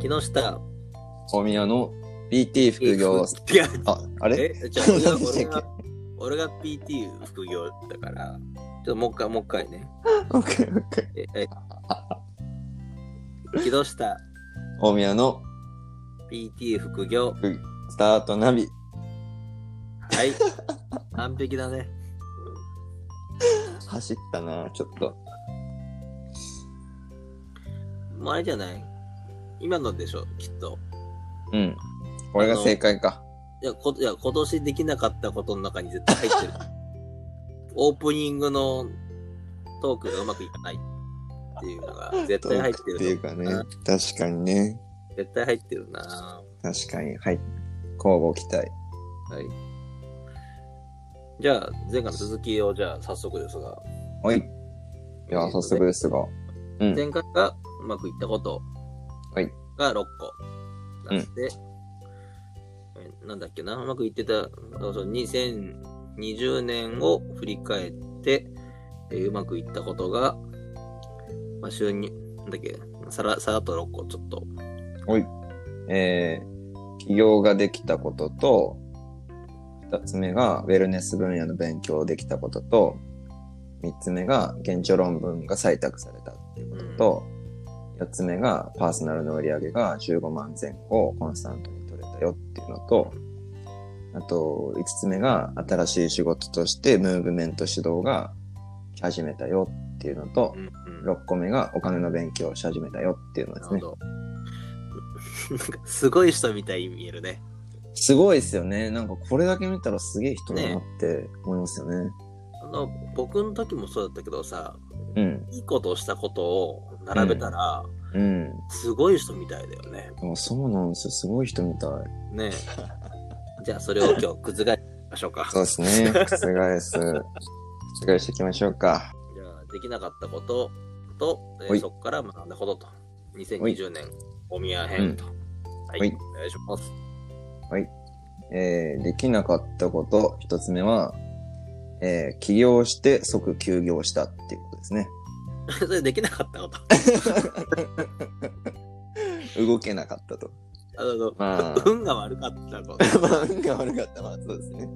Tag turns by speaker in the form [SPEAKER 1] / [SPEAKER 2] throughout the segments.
[SPEAKER 1] 木下。
[SPEAKER 2] 大宮の PT 副業。
[SPEAKER 1] 違う。
[SPEAKER 2] あ、あれ
[SPEAKER 1] え、じゃあ俺が俺
[SPEAKER 2] 何でしたっ
[SPEAKER 1] が俺が PT 副業だから、ちょっともう一回、もう一回ね。
[SPEAKER 2] オッケーオッケー
[SPEAKER 1] え、 え木下
[SPEAKER 2] 大宮の
[SPEAKER 1] PT 副業。
[SPEAKER 2] スタートナビ。
[SPEAKER 1] はい。完璧だね。
[SPEAKER 2] 走ったな、ちょっと。
[SPEAKER 1] もうあれじゃない今のでしょ、きっと。
[SPEAKER 2] うん。これが正解か。
[SPEAKER 1] いや、こいや今年できなかったことの中に絶対入 ってる。オープニングのトークがうまくいかないっていうのが絶
[SPEAKER 2] ト
[SPEAKER 1] 対入
[SPEAKER 2] ー
[SPEAKER 1] って
[SPEAKER 2] クっていう
[SPEAKER 1] る
[SPEAKER 2] か
[SPEAKER 1] の
[SPEAKER 2] ね。確かにね。
[SPEAKER 1] 絶対入ってるな
[SPEAKER 2] 確かに。はい。交互期待。
[SPEAKER 1] はい。じゃあ、前回の続きを、じゃあ、早速ですが。
[SPEAKER 2] はい。では、早速ですが。うん。
[SPEAKER 1] 前回がうまくいったこと
[SPEAKER 2] はい
[SPEAKER 1] が6個出して、えなんだっけな、うまくいってた、そうそう2020年を振り返って、えーうまくいったことが、まあ、週に、なんだっけ、さらさらっと6個ちょっと。
[SPEAKER 2] えー起業ができたことと、二つ目がウェルネス分野の勉強できたことと、三つ目が現地論文が採択されたっていうことと、四つ目がパーソナルの売り上げが15万前後をコンスタントに取れたよっていうのと、あと五つ目が新しい仕事としてムーブメント指導がし始めたよっていうのと
[SPEAKER 1] う、んうん
[SPEAKER 2] 六個目がお金の勉強をし始めたよっていうので
[SPEAKER 1] な
[SPEAKER 2] す
[SPEAKER 1] るほど。
[SPEAKER 2] ね。
[SPEAKER 1] なんかすごい人みたいに見えるね。
[SPEAKER 2] すごいですよね。なんかこれだけ見たらすげえ人だなって思いますよね。
[SPEAKER 1] あの、僕の時もそうだったけどさ、
[SPEAKER 2] うん。
[SPEAKER 1] いいことをしたことを並べたら、
[SPEAKER 2] うん。
[SPEAKER 1] すごい人みたいだよね。
[SPEAKER 2] でもそうなんですよ。すごい人みたい。
[SPEAKER 1] ねえ。じゃあ、それを今日、覆しましょうか。
[SPEAKER 2] そうです ね。覆す。覆していきましょうか。
[SPEAKER 1] じゃあ、できなかったことと、えー
[SPEAKER 2] はい
[SPEAKER 1] そこから学んだことと、2020年、お宮編と、はい、
[SPEAKER 2] はい
[SPEAKER 1] お願いします。
[SPEAKER 2] えー、できなかったこと、一つ目は、えー、起業して即休業したっていうことですね。
[SPEAKER 1] それできなかったこと。
[SPEAKER 2] 動けなかった と。
[SPEAKER 1] あの、
[SPEAKER 2] まあ
[SPEAKER 1] 運が悪かったこと。
[SPEAKER 2] まあ、運が悪かった。まあ、そうですね。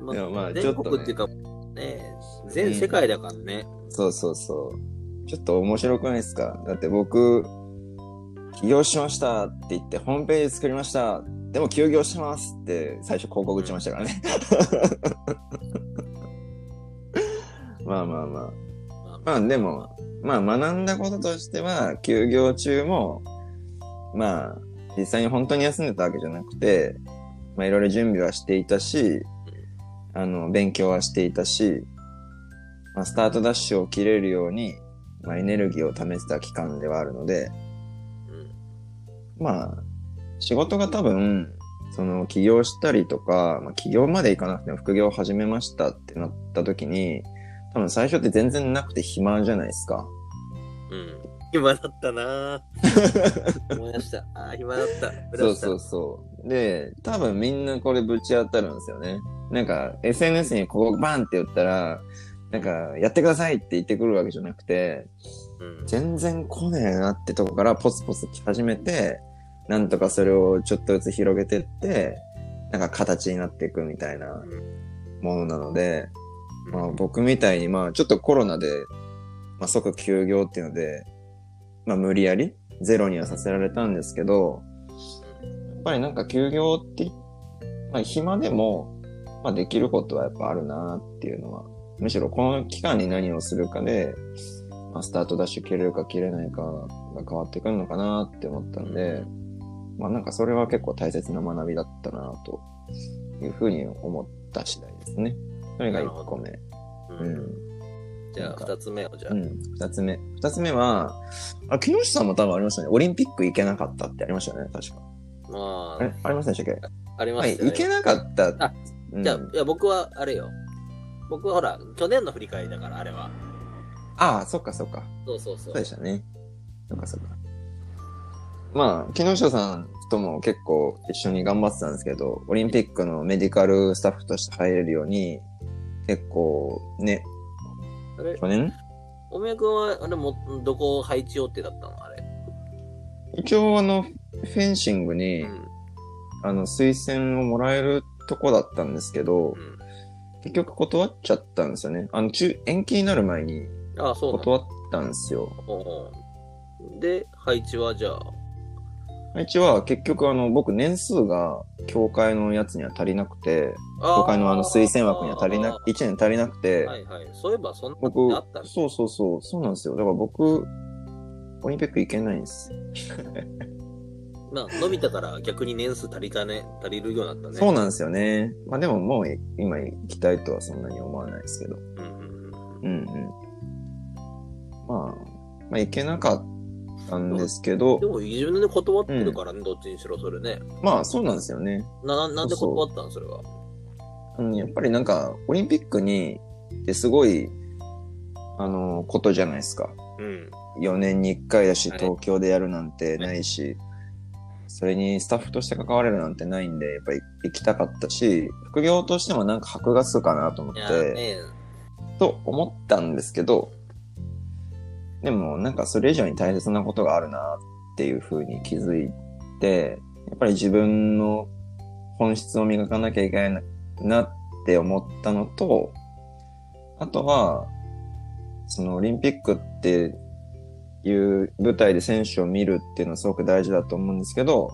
[SPEAKER 1] もう
[SPEAKER 2] でもまあち
[SPEAKER 1] 全
[SPEAKER 2] ょっとね
[SPEAKER 1] 国っていうか、ねえ、全世界だからね。
[SPEAKER 2] そうそうそう。ちょっと面白くないですかだって僕、起業しましたって言って、ホームページ作りました。でも休業しますって最初広告打ちましたからね。 まあまあま
[SPEAKER 1] ま
[SPEAKER 2] あ。
[SPEAKER 1] あ
[SPEAKER 2] まあでも、まあ学んだこととしては、休業中も、まあ、実際に本当に休んでたわけじゃなくて、まあいろいろ準備はしていたし、あの、勉強はしていたし、まあ、スタートダッシュを切れるように、まあ、エネルギーを貯めてた期間ではあるので、
[SPEAKER 1] うん
[SPEAKER 2] まあ、仕事が多分、その、起業したりとか、まあ、起業まで行かなくても副業を始めましたってなった時に、多分最初って全然なくて暇じゃないですか。
[SPEAKER 1] うん。暇だったなぁ思い出した。あー暇だった。
[SPEAKER 2] そうそうそう。で、多分みんなこれぶち当たるんですよね。なんか SNS にここバンって言ったら、なんかやってくださいって言ってくるわけじゃなくて、
[SPEAKER 1] うん。
[SPEAKER 2] 全然来ねえなってとこからポツポツ来始めて、なんとかそれをちょっとずつ広げてって、なんか形になっていくみたいなものなので、まあ、僕みたいに、まあ、ちょっとコロナで、まあ、即休業っていうので、まあ、無理やりゼロにはさせられたんですけど、やっぱりなんか休業って、まあ、暇でも、まあ、できることはやっぱあるなっていうのは、むしろこの期間に何をするかで、まあ、スタートダッシュ切れるか切れないかが変わってくるのかなって思ったんで、まあ、なんかそれは結構大切な学びだったなというふうに思った次第ですね。それが1個目。
[SPEAKER 1] う。
[SPEAKER 2] うんん。
[SPEAKER 1] じゃあ、
[SPEAKER 2] なんか
[SPEAKER 1] 二つ目を、じゃあ
[SPEAKER 2] う。ん、二つ目。二つ目は、あ、木下さんも多分ありましたね。オリンピック行けなかったってありましたよね、確か。
[SPEAKER 1] ま
[SPEAKER 2] あ
[SPEAKER 1] あ
[SPEAKER 2] れ、ありませんでしたっけ
[SPEAKER 1] ありま
[SPEAKER 2] は
[SPEAKER 1] し
[SPEAKER 2] い、
[SPEAKER 1] たよ
[SPEAKER 2] 行けなかった。
[SPEAKER 1] あ
[SPEAKER 2] うん
[SPEAKER 1] じゃあ、いや、僕はあれよ。僕はほら、去年の振り返りだから、あれは。
[SPEAKER 2] ああ、そっかそっか。
[SPEAKER 1] そうそうそ。
[SPEAKER 2] そううでしたね。そっかそっか。まあ、木下さんとも結構一緒に頑張ってたんですけど、オリンピックのメディカルスタッフとして入れるように、結構ね、
[SPEAKER 1] あれ
[SPEAKER 2] 去年
[SPEAKER 1] おめえくんは、あれも、どこ配置予定だったのあれ。
[SPEAKER 2] 一応あの、フェンシングに、
[SPEAKER 1] うん
[SPEAKER 2] あの、推薦をもらえるとこだったんですけど、
[SPEAKER 1] うん
[SPEAKER 2] 結局断っちゃったんですよね。あの、中、延期になる前に
[SPEAKER 1] ああ、そうなんだ
[SPEAKER 2] 断ったんですよ。
[SPEAKER 1] おうで、配置はじゃあ、
[SPEAKER 2] 一応は結局あの、僕年数が、教会のやつには足りなくて、教会のあの、推薦枠には足りな
[SPEAKER 1] く、
[SPEAKER 2] 1年足りなくて、
[SPEAKER 1] はいはい。そういえば、そんな
[SPEAKER 2] 僕
[SPEAKER 1] ことあったん、です
[SPEAKER 2] そうそうそう、そうなんですよ。だから僕、オリンピック行けないんです。
[SPEAKER 1] まあ、伸びたから逆に年数足りたね、足りるようになったね。
[SPEAKER 2] そうなんですよね。まあでももう今行きたいとはそんなに思わないですけど。
[SPEAKER 1] うんうんうん
[SPEAKER 2] うんうん。まあ、まあ、いけなかったんですけど
[SPEAKER 1] で、も、自分で断ってるからね、どっちにしろそれね。
[SPEAKER 2] まあそうなんですよね。
[SPEAKER 1] な、なんで
[SPEAKER 2] そうそう
[SPEAKER 1] 断ったんそれは。
[SPEAKER 2] あのやっぱりなんか、オリンピックにってすごい、あの、ことじゃないですか。
[SPEAKER 1] うん。
[SPEAKER 2] 4年に1回だし、
[SPEAKER 1] はい
[SPEAKER 2] 東京でやるなんてないし、それにスタッフとして関われるなんてないんで、やっぱり行きたかったし、副業としてもなんか箔がつくかなと思っ
[SPEAKER 1] い
[SPEAKER 2] て、
[SPEAKER 1] や、ね
[SPEAKER 2] と思ったんですけど、でもなんかそれ以上に大切なことがあるなっていうふうに気づいて、やっぱり自分の本質を磨かなきゃいけないなって思ったのと、あとは、そのオリンピックっていう舞台で選手を見るっていうのはすごく大事だと思うんですけど、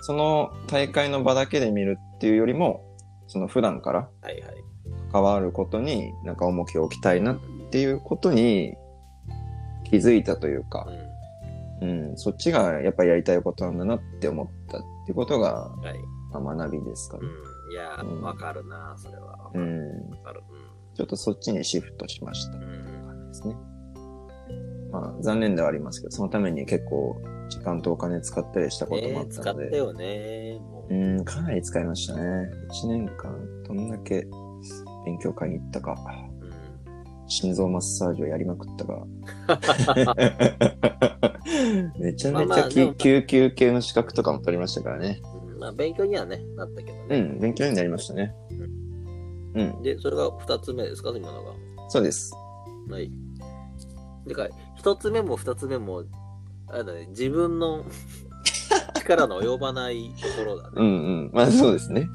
[SPEAKER 2] その大会の場だけで見るっていうよりも、その普段から
[SPEAKER 1] はいはい。
[SPEAKER 2] 関わることになんか重きを置きたいなっていうことに気づいたというか、
[SPEAKER 1] う
[SPEAKER 2] うん、そっちがやっぱりやりたいことなんだなって思ったっていうことが、
[SPEAKER 1] ん。はい。
[SPEAKER 2] まあ、学びですか
[SPEAKER 1] う
[SPEAKER 2] ね、
[SPEAKER 1] ん。いや
[SPEAKER 2] う
[SPEAKER 1] ー、
[SPEAKER 2] ん
[SPEAKER 1] わかるな、それは。わか
[SPEAKER 2] う
[SPEAKER 1] る。
[SPEAKER 2] ん
[SPEAKER 1] わかる。
[SPEAKER 2] ちょっとそっちにシフトしました
[SPEAKER 1] うん。うん。
[SPEAKER 2] 感じですね。まあ残念ではありますけど、そのために結構時間とお金使ったりしたこともあ
[SPEAKER 1] ね
[SPEAKER 2] っ
[SPEAKER 1] 使
[SPEAKER 2] た
[SPEAKER 1] っ
[SPEAKER 2] の
[SPEAKER 1] た
[SPEAKER 2] で、
[SPEAKER 1] よね。もう
[SPEAKER 2] うん、かなり使いましたね。1年間どんだけ勉強会に行ったか、
[SPEAKER 1] うん
[SPEAKER 2] 心臓マッサージをやりまくっ たが、めちゃめち
[SPEAKER 1] まあま
[SPEAKER 2] ゃ
[SPEAKER 1] あ
[SPEAKER 2] き、
[SPEAKER 1] でも
[SPEAKER 2] 救急系の資格とかも取りましたからね。
[SPEAKER 1] うんまあ、勉強にはね、なったけど
[SPEAKER 2] う
[SPEAKER 1] ね。
[SPEAKER 2] ん、勉強になりましたね。うん、
[SPEAKER 1] で、それが2つ目ですか、今のが。
[SPEAKER 2] そうです。
[SPEAKER 1] はい。てか、1つ目も2つ目も、あれだね、自分の 力の及ばないところだ
[SPEAKER 2] う
[SPEAKER 1] ね。
[SPEAKER 2] んうん。まあそうですね。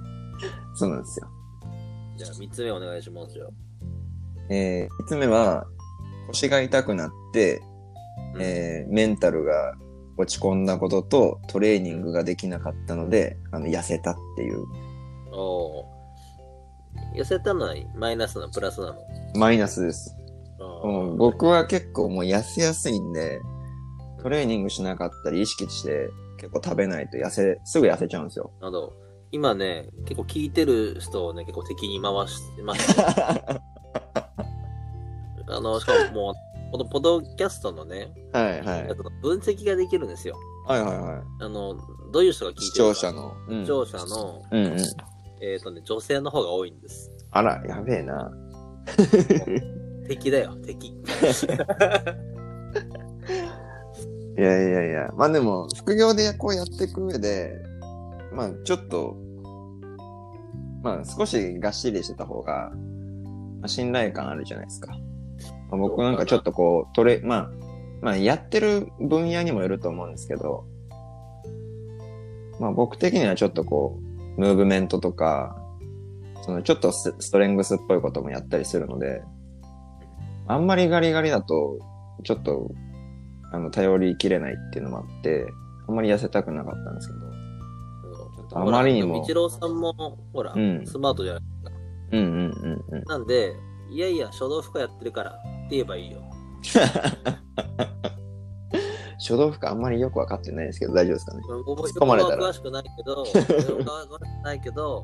[SPEAKER 2] そうなんですよ。
[SPEAKER 1] じゃあ、3つ目お願いしますよ。
[SPEAKER 2] えー、5つ目は、腰が痛くなって、
[SPEAKER 1] うん
[SPEAKER 2] えーメンタルが落ち込んだことと、トレーニングができなかったので、あの、痩せたっていう、
[SPEAKER 1] おー痩せたのはマイナスなの、プラスなの。
[SPEAKER 2] マイナスです。
[SPEAKER 1] あ
[SPEAKER 2] も
[SPEAKER 1] ー
[SPEAKER 2] う僕は結構もう痩せやすいんで、トレーニングしなかったり意識して結構食べないと痩せ、すぐ痩せちゃうんで すよ。
[SPEAKER 1] なるほど今ね、結構聞いてる人をね、結構敵に回してます。 あの、しかももう、このポッドキャストのね、
[SPEAKER 2] はいはい。
[SPEAKER 1] やつの分析ができるんですよ。
[SPEAKER 2] はいはいは
[SPEAKER 1] あの、どういう人が聞い
[SPEAKER 2] い。
[SPEAKER 1] てる
[SPEAKER 2] 視
[SPEAKER 1] か
[SPEAKER 2] 聴者の。うん
[SPEAKER 1] 視聴者の、
[SPEAKER 2] うんうん。
[SPEAKER 1] えっ、とね、女性の方が多いんです。
[SPEAKER 2] あら、やべえな。
[SPEAKER 1] 敵だよ、 敵。
[SPEAKER 2] いやいやいや。まあでも、副業でこうやっていく上で、まあちょっと、まあ少しがっしりしてた方が、まあ、信頼感あるじゃないですか。まあ僕なんかちょっとこう、トレ、まあ、まあやってる分野にもよると思うんですけど、まあ僕的にはちょっとこう、ムーブメントとか、そのちょっとスストレングスっぽいこともやったりするので、あんまりガリガリだと、ちょっと、あの、頼りきれないっていうのもあって、あんまり痩せたくなかったんですけど、とあまりにも
[SPEAKER 1] ほら一郎さんも、ほら、
[SPEAKER 2] うん
[SPEAKER 1] スマートじゃない。
[SPEAKER 2] うんうんうんうん。
[SPEAKER 1] なんで、いやいや、書道負荷やってるからって言えばいいよ。
[SPEAKER 2] 書道負荷あんまりよくわかってないですけど、大丈夫ですかね。
[SPEAKER 1] 僕
[SPEAKER 2] 込まれたら
[SPEAKER 1] は詳しくないけど、僕は詳しくないけど、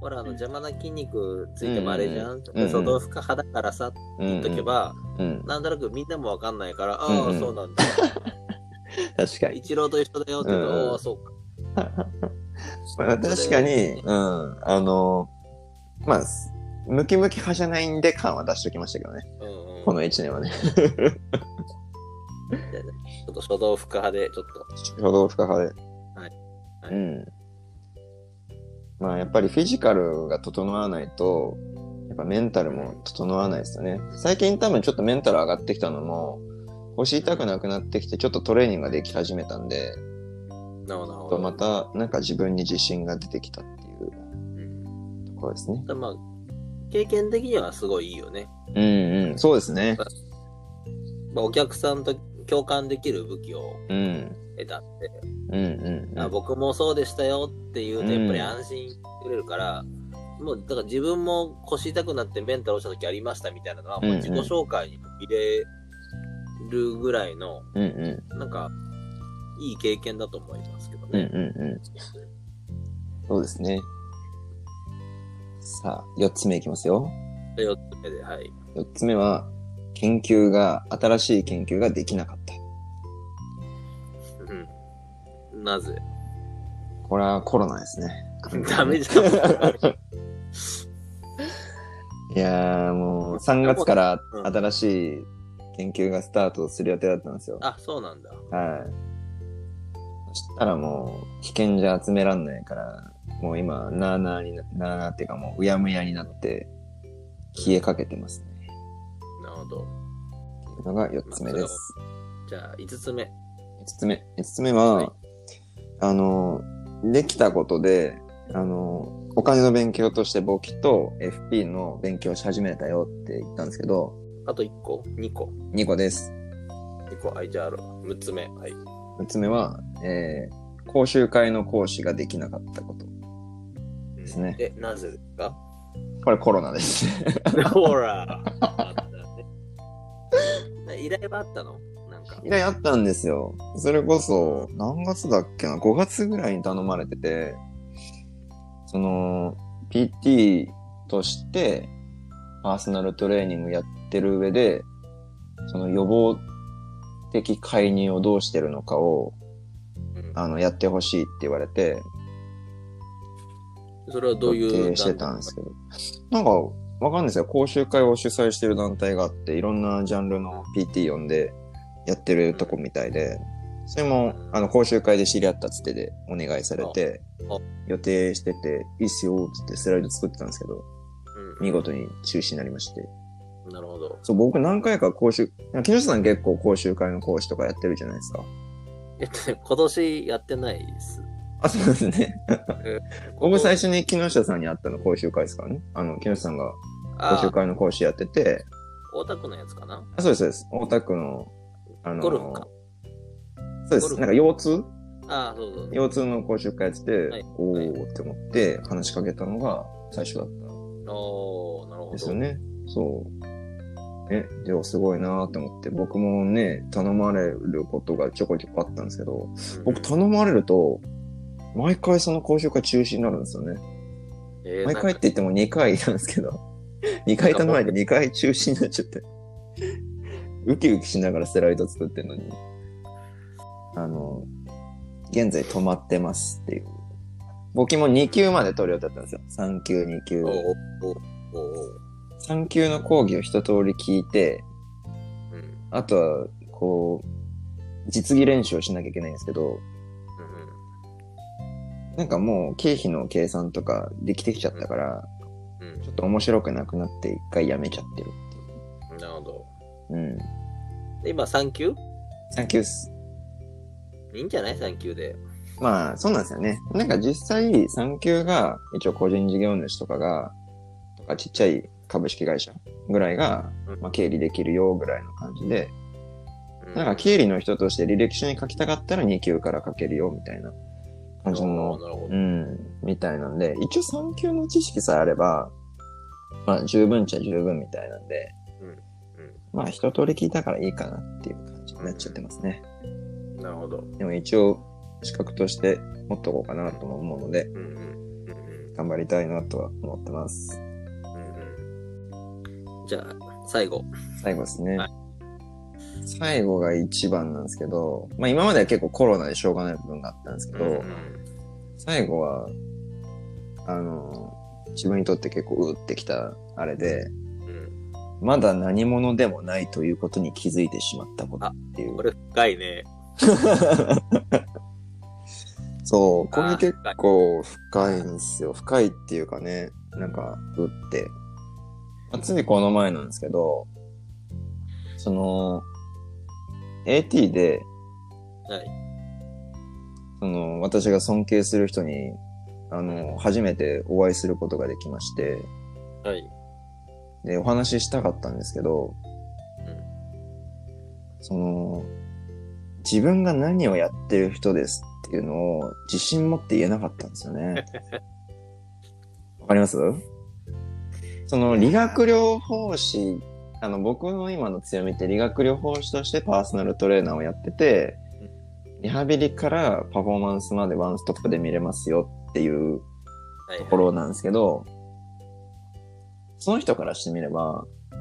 [SPEAKER 1] ほら、あの邪魔な筋肉ついてもあれじゃん。
[SPEAKER 2] うんうん
[SPEAKER 1] 書道負荷派だからさって
[SPEAKER 2] うん、
[SPEAKER 1] 言っとけば、
[SPEAKER 2] うん。
[SPEAKER 1] なんとなくみんなもわかんないから、
[SPEAKER 2] うん
[SPEAKER 1] あ
[SPEAKER 2] う
[SPEAKER 1] あ、
[SPEAKER 2] ん
[SPEAKER 1] そうなんだ。
[SPEAKER 2] 確かに。
[SPEAKER 1] 一郎と一緒だよって言うと、
[SPEAKER 2] うんうん
[SPEAKER 1] ああ、そうか。
[SPEAKER 2] まあ確かに、うん。あの、まあ、すムキムキ派じゃないんで感は出しときましたけどね。
[SPEAKER 1] うんうん
[SPEAKER 2] この1年はね。
[SPEAKER 1] ちょっと書道負荷派で、ちょっと。
[SPEAKER 2] 書道負荷派で。
[SPEAKER 1] はいはい
[SPEAKER 2] うん。まあ、やっぱりフィジカルが整わないと、やっぱメンタルも整わないですよね。最近多分ちょっとメンタル上がってきたのも、腰痛くなくなってきて、ちょっとトレーニングができ始めたんで、
[SPEAKER 1] なるほどなるほ
[SPEAKER 2] と
[SPEAKER 1] ど。
[SPEAKER 2] また、なんか自分に自信が出てきたっていう
[SPEAKER 1] うん
[SPEAKER 2] ところですね。
[SPEAKER 1] ただまあ、経験的にはすごいいいよね。
[SPEAKER 2] うんうん、そうですね。
[SPEAKER 1] まあ、お客さんと共感できる武器を
[SPEAKER 2] うん、
[SPEAKER 1] 得たって、
[SPEAKER 2] うん、うん
[SPEAKER 1] あ。僕もそうでしたよっていうと、
[SPEAKER 2] うん
[SPEAKER 1] やっぱり安心してくれるから、もうだから自分も腰痛くなってメンタル落ちた時ありましたみたいなのは、もう自己紹介に入れるぐらいの、
[SPEAKER 2] うん、う
[SPEAKER 1] なんか、いい経験だと思いますけど
[SPEAKER 2] ん、うん、
[SPEAKER 1] ね。
[SPEAKER 2] うん、うん。そうですね。さあ、4つ目いきますよ。
[SPEAKER 1] で四つ目で、はい。
[SPEAKER 2] 4つ目は、研究が、新しい研究ができなかった。
[SPEAKER 1] うん。な ぜ。
[SPEAKER 2] これはコロナですね
[SPEAKER 1] ダメじゃん。
[SPEAKER 2] いやーもう3月から新しい研究がスタートする予定だったんですよ。
[SPEAKER 1] あ、そうなんだ。
[SPEAKER 2] はい。そしたらもう危険じゃ集めらんないから、もう今、なーなーにな、なーなーっていうかもううやむやになって消えかけてますね。
[SPEAKER 1] なるほど。
[SPEAKER 2] っていうのが4つ目です。
[SPEAKER 1] じゃあ、5つ目。
[SPEAKER 2] 5つ目。5つ目は、
[SPEAKER 1] はい
[SPEAKER 2] あの、できたことで、あの、お金の勉強として簿記と FP の勉強し始めたよって言ったんですけど、
[SPEAKER 1] あと1個 ?2 個
[SPEAKER 2] 2個です。
[SPEAKER 1] ?2 個。はい、じゃあ、6つ目。はい。
[SPEAKER 2] 6つ目は、えー講習会の講師ができなかったこと。
[SPEAKER 1] です
[SPEAKER 2] ね
[SPEAKER 1] え、なぜですか
[SPEAKER 2] これコロナです。
[SPEAKER 1] ほら。あったね な依頼はあったのなんか。
[SPEAKER 2] 依頼あったんですよ。それこそ、何月だっけな、5月ぐらいに頼まれてて、その、PT として、パーソナルトレーニングやってる上で、その予防的介入をどうしてるのかを、
[SPEAKER 1] うん
[SPEAKER 2] あの、やってほしいって言われて、
[SPEAKER 1] それはどういう。
[SPEAKER 2] 提してたんですけど。なんか、わかんないですよ。講習会を主催してる団体があって、いろんなジャンルの PT 呼んでやってるとこみたいで、それも、あの、講習会で知り合ったつてでお願いされて
[SPEAKER 1] ああ、
[SPEAKER 2] 予定してて、いいっすよ、つってスライド作ってたんですけど、
[SPEAKER 1] うん
[SPEAKER 2] 見事に中止になりまして。
[SPEAKER 1] なるほど。
[SPEAKER 2] そう、僕何回か講習、木下さん結構講習会の講師とかやってるじゃないですか。
[SPEAKER 1] えっとね、今年やってないです。
[SPEAKER 2] あ、そうで すね。
[SPEAKER 1] ここ
[SPEAKER 2] 僕最初に木下さんに会ったの講習会ですからね。あの、木下さんが講習
[SPEAKER 1] あ、
[SPEAKER 2] 会の講師やってて、
[SPEAKER 1] 大田区のやつかな
[SPEAKER 2] あそうです、そうです。大田区の、あの、
[SPEAKER 1] ゴルフか
[SPEAKER 2] そ
[SPEAKER 1] ゴル
[SPEAKER 2] うです。
[SPEAKER 1] フ
[SPEAKER 2] なんか腰痛
[SPEAKER 1] ああ、そうそう。
[SPEAKER 2] 腰痛の講習会やってて、
[SPEAKER 1] はい
[SPEAKER 2] おーって思って話しかけたのが最初だったん
[SPEAKER 1] おー、なるほ
[SPEAKER 2] です
[SPEAKER 1] ど。
[SPEAKER 2] よね。そう。え、でもすごいなーって思って、僕もね、頼まれることがちょこちょこあったんですけど、
[SPEAKER 1] うん
[SPEAKER 2] 僕頼まれると、毎回その講習会中止になるんですよね。
[SPEAKER 1] えー
[SPEAKER 2] 毎回って言っても2回なんですけど、2回頼まれて2回中止になっちゃって、ウキウキしながらスライド作ってるのに、あの、現在止まってますっていう。僕も2級まで取る予定だったんですよ。3級、2級
[SPEAKER 1] お。ーおーおーお
[SPEAKER 2] 3級の講義を一通り聞いて、
[SPEAKER 1] ーうん
[SPEAKER 2] あとは、こう、実技練習をしなきゃいけないんですけど、
[SPEAKER 1] うん
[SPEAKER 2] なんかもう経費の計算とかできてきちゃったから、
[SPEAKER 1] うんうん
[SPEAKER 2] ちょっと面白くなくなって一回やめちゃってるっていう。
[SPEAKER 1] なるほど。
[SPEAKER 2] うん。
[SPEAKER 1] で今、3級
[SPEAKER 2] サンキューっす。
[SPEAKER 1] いいんじゃない ?3 級で。
[SPEAKER 2] まあ、そうなんですよね。なんか実際、産休が、一応個人事業主とかが、とかちっちゃい株式会社ぐらいが
[SPEAKER 1] うん、
[SPEAKER 2] まあ、経理できるよぐらいの感じで、
[SPEAKER 1] う
[SPEAKER 2] なんか経理の人として履歴書に書きたかったら2級から書けるよみたいな感じ
[SPEAKER 1] おー
[SPEAKER 2] の、
[SPEAKER 1] なるほど
[SPEAKER 2] う。ん、みたいなんで、一応産休の知識さえあれば、まあ、十分っちゃ十分みたいなんで、
[SPEAKER 1] うんうん
[SPEAKER 2] まあ、一通り聞いたからいいかなっていう感じになっちゃってますね。
[SPEAKER 1] なるほど。
[SPEAKER 2] でも一応、資格として持っとこうかなとも思うので、
[SPEAKER 1] うんうんうんうん
[SPEAKER 2] 頑張りたいなとは思ってます。
[SPEAKER 1] うんうんじゃあ、最後。
[SPEAKER 2] 最後ですね。
[SPEAKER 1] はい
[SPEAKER 2] 最後が一番なんですけど、まあ今までは結構コロナでしょうがない部分があったんですけど、
[SPEAKER 1] ん
[SPEAKER 2] 最後は、あの、自分にとって結構うってきたあれで、
[SPEAKER 1] うん
[SPEAKER 2] まだ何者でもないということに気づいてしまったことっていう
[SPEAKER 1] こ。れ深いね。
[SPEAKER 2] そう、こ
[SPEAKER 1] あー
[SPEAKER 2] れ結構深いんですよ。深いっていうかね、なんか、うって。まあ、ついこの前なんですけど、その、 AT で、
[SPEAKER 1] はい。
[SPEAKER 2] その、私が尊敬する人に、あの、初めてお会いすることができまして、
[SPEAKER 1] はい。
[SPEAKER 2] で、お話ししたかったんですけど、その、自分が何をやってる人ですっていうのを自信持って言えなかったんですよね。わかりますその理学療法士、あの僕の今の強みって理学療法士としてパーソナルトレーナーをやってて、リハビリからパフォーマンスまでワンストップで見れますよっていう
[SPEAKER 1] はい。
[SPEAKER 2] ところなんですけど、その人からしてみれば、
[SPEAKER 1] う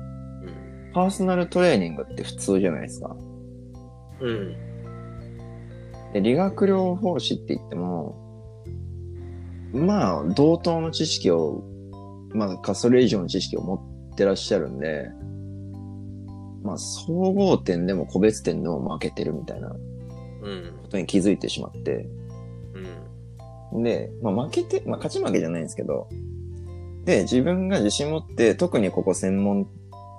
[SPEAKER 1] ん。
[SPEAKER 2] パーソナルトレーニングって普通じゃないですか。
[SPEAKER 1] うん。
[SPEAKER 2] で理学療法士って言っても、まあ、同等の知識を、まあ、かそれ以上の知識を持ってらっしゃるんで、まあ、総合点でも個別点でも負けてるみたいなこ
[SPEAKER 1] うん。
[SPEAKER 2] とに気づいてしまって、
[SPEAKER 1] うん。
[SPEAKER 2] で、まあ、負けて、まあ、勝ち負けじゃないんですけど、で、自分が自信持って、特にここ専門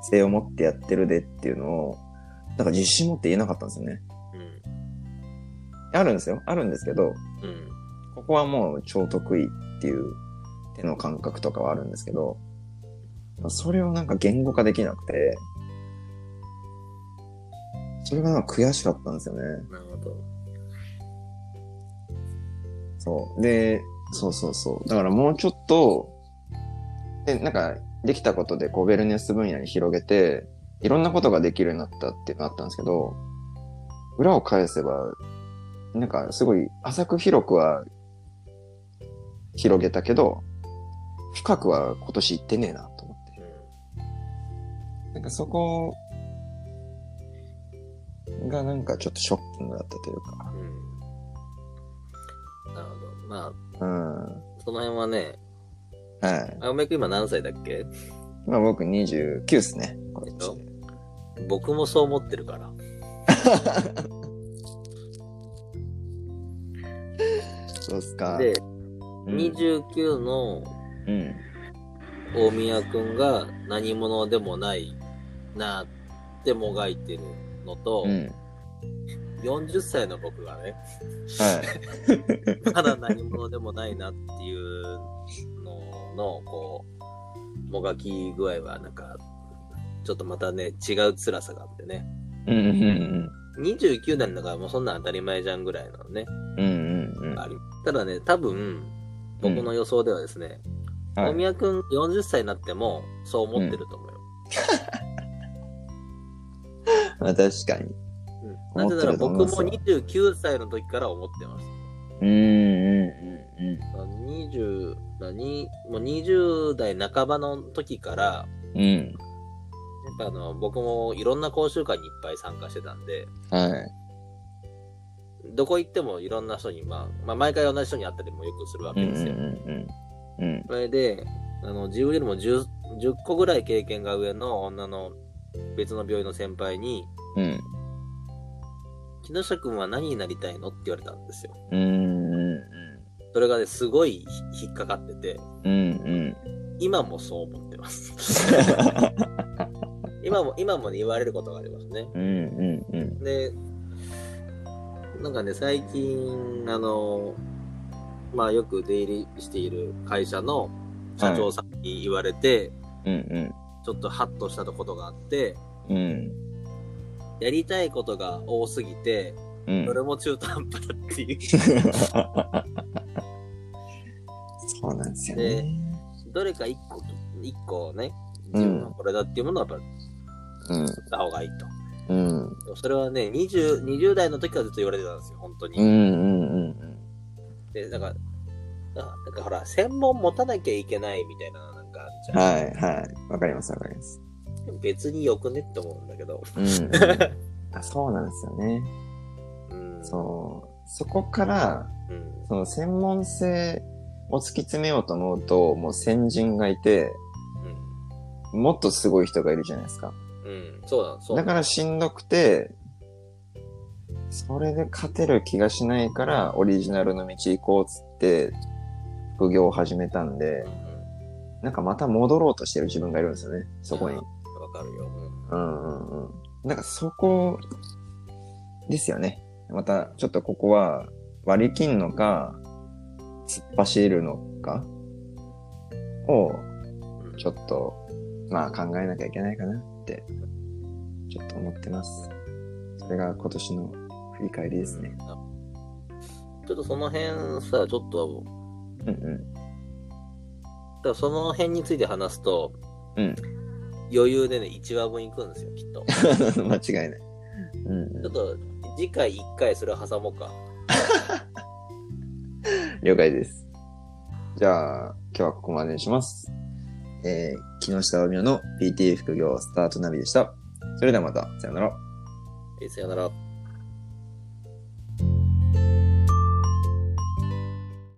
[SPEAKER 2] 性を持ってやってるでっていうのを、なんか自信持って言えなかったんですよね。
[SPEAKER 1] うん。
[SPEAKER 2] あるんですよ。あるんですけど、
[SPEAKER 1] うん。
[SPEAKER 2] ここはもう超得意っていう手の感覚とかはあるんですけど、まあそれをなんか言語化できなくて、それがなんか悔しかったんですよね。
[SPEAKER 1] なるほど。
[SPEAKER 2] そう。で、そうそうそう。だからもうちょっと、で、なんか、できたことで、こう、ウェルネス分野に広げて、いろんなことができるようになったっていうのがあったんですけど、裏を返せば、なんか、すごい、浅く広くは、広げたけど、深くは今年行ってねえな、と思って。なんかそこがなんかちょっとショッキングだったというか。
[SPEAKER 1] うん。うん。なるほど。ま
[SPEAKER 2] うん。
[SPEAKER 1] あ、その辺はね、
[SPEAKER 2] はい。
[SPEAKER 1] あおめくん今何歳だっけ
[SPEAKER 2] まあ僕29ですね。こっち
[SPEAKER 1] でしょ僕もそう思ってるから。
[SPEAKER 2] そうっすか。
[SPEAKER 1] で、
[SPEAKER 2] うん、
[SPEAKER 1] 29の
[SPEAKER 2] うん。
[SPEAKER 1] 大宮くんが何者でもないなってもがいてるのと、
[SPEAKER 2] うん。は
[SPEAKER 1] 40歳の僕がね、
[SPEAKER 2] い。
[SPEAKER 1] まだ何者でもないなっていうのの、こう、もがき具合はなんか、ちょっとまたね、違う辛さがあってね。
[SPEAKER 2] うんうん
[SPEAKER 1] 29なんだからもうそんなん当たり前じゃんぐらいのね、
[SPEAKER 2] うん。うんうんうん。
[SPEAKER 1] あり。ただね、多分、僕の予想ではですね、
[SPEAKER 2] うんはい
[SPEAKER 1] 大宮くん40歳になってもそう思ってると思うよ。
[SPEAKER 2] まあ確かに。
[SPEAKER 1] うんなぜなら僕
[SPEAKER 2] 思
[SPEAKER 1] も
[SPEAKER 2] ってると思い
[SPEAKER 1] 29歳の時から思ってまし
[SPEAKER 2] うんうんうん
[SPEAKER 1] た。20、何もう20代半ばの時から、や
[SPEAKER 2] うん。うん。
[SPEAKER 1] っぱあの、僕もいろんな講習会にいっぱい参加してたんで、
[SPEAKER 2] はい。
[SPEAKER 1] どこ行ってもいろんな人に、まあ、まあ、毎回同じ人に会ったりもよくするわ
[SPEAKER 2] う
[SPEAKER 1] け
[SPEAKER 2] んう
[SPEAKER 1] で
[SPEAKER 2] ん
[SPEAKER 1] すよ。
[SPEAKER 2] うんうん。うん。
[SPEAKER 1] それで、あの、自分よりも 10, 10個ぐらい経験が上の女の別の病院の先輩に、
[SPEAKER 2] うん。
[SPEAKER 1] 木下くんは何になりたいのって言われたんですよ。
[SPEAKER 2] うんうん
[SPEAKER 1] それがね、すごいひ引っかかってて、
[SPEAKER 2] うん。うんうん。
[SPEAKER 1] 今もそう思って ます。今も、今もね、言われることがありますね。
[SPEAKER 2] うんうんうん。
[SPEAKER 1] で、なんかね、最近、あの、まあよく出入りしている会社の社長さんに言われて、
[SPEAKER 2] うん
[SPEAKER 1] ちょっとハッとしたことがあって、
[SPEAKER 2] うん。うん。
[SPEAKER 1] やりたいことが多すぎて、
[SPEAKER 2] うん
[SPEAKER 1] ど。れも中途半端だって いう。
[SPEAKER 2] そうなんですよね。
[SPEAKER 1] どれか一個、一個ね、自分はこれだっていうものはやっぱり
[SPEAKER 2] う
[SPEAKER 1] あ
[SPEAKER 2] ん。
[SPEAKER 1] った方がいいと。
[SPEAKER 2] うん。
[SPEAKER 1] でもそれはね、20、20代の時からずっと言われてたんですよ、本当に。
[SPEAKER 2] うんうんうん
[SPEAKER 1] で、なんか、あなんかほら、専門持たなきゃいけないみたいな、なんかあるじ
[SPEAKER 2] うん。
[SPEAKER 1] ゃん、
[SPEAKER 2] はいはい。わかりますわかります。
[SPEAKER 1] 別によくねって思うんだけど。
[SPEAKER 2] う んうん、あそうなんですよね。
[SPEAKER 1] うん。
[SPEAKER 2] そう。そこから、
[SPEAKER 1] うん。
[SPEAKER 2] その専門性を突き詰めようと思うと、もう先人がいて、もっとすごい人がいるじゃないですか。
[SPEAKER 1] うん。うん。そうだ、そう
[SPEAKER 2] だ
[SPEAKER 1] だ。
[SPEAKER 2] からしんどくて、それで勝てる気がしないから、オリジナルの道行こうっつって、副業を始めたんで
[SPEAKER 1] う、ん
[SPEAKER 2] なんかまた戻ろうとしてる自分がいるんですよね、そこに。
[SPEAKER 1] うんわかるよ。うん
[SPEAKER 2] うんうんうん。なんかそこですよね。また、ちょっとここは割り切んのか、突っ走るのかを、
[SPEAKER 1] うん
[SPEAKER 2] ちょっと、まあ考えなきゃいけないかなって、ちょっと思ってます。それが今年の振り返りですね。
[SPEAKER 1] ちょっとその辺さ、ちょっと、
[SPEAKER 2] うんう
[SPEAKER 1] だからその辺について話すと、
[SPEAKER 2] ん。うん。
[SPEAKER 1] 余裕でね、1話分いくんですよ、きっと。
[SPEAKER 2] 間違いない。うん
[SPEAKER 1] ちょっと、次回1回それを挟もうか。
[SPEAKER 2] 了解です。じゃあ、今日はここまでにします。えー、木下文夫の PT 副業スタートナビでした。それではまた、さよなら。
[SPEAKER 1] えーさよなら。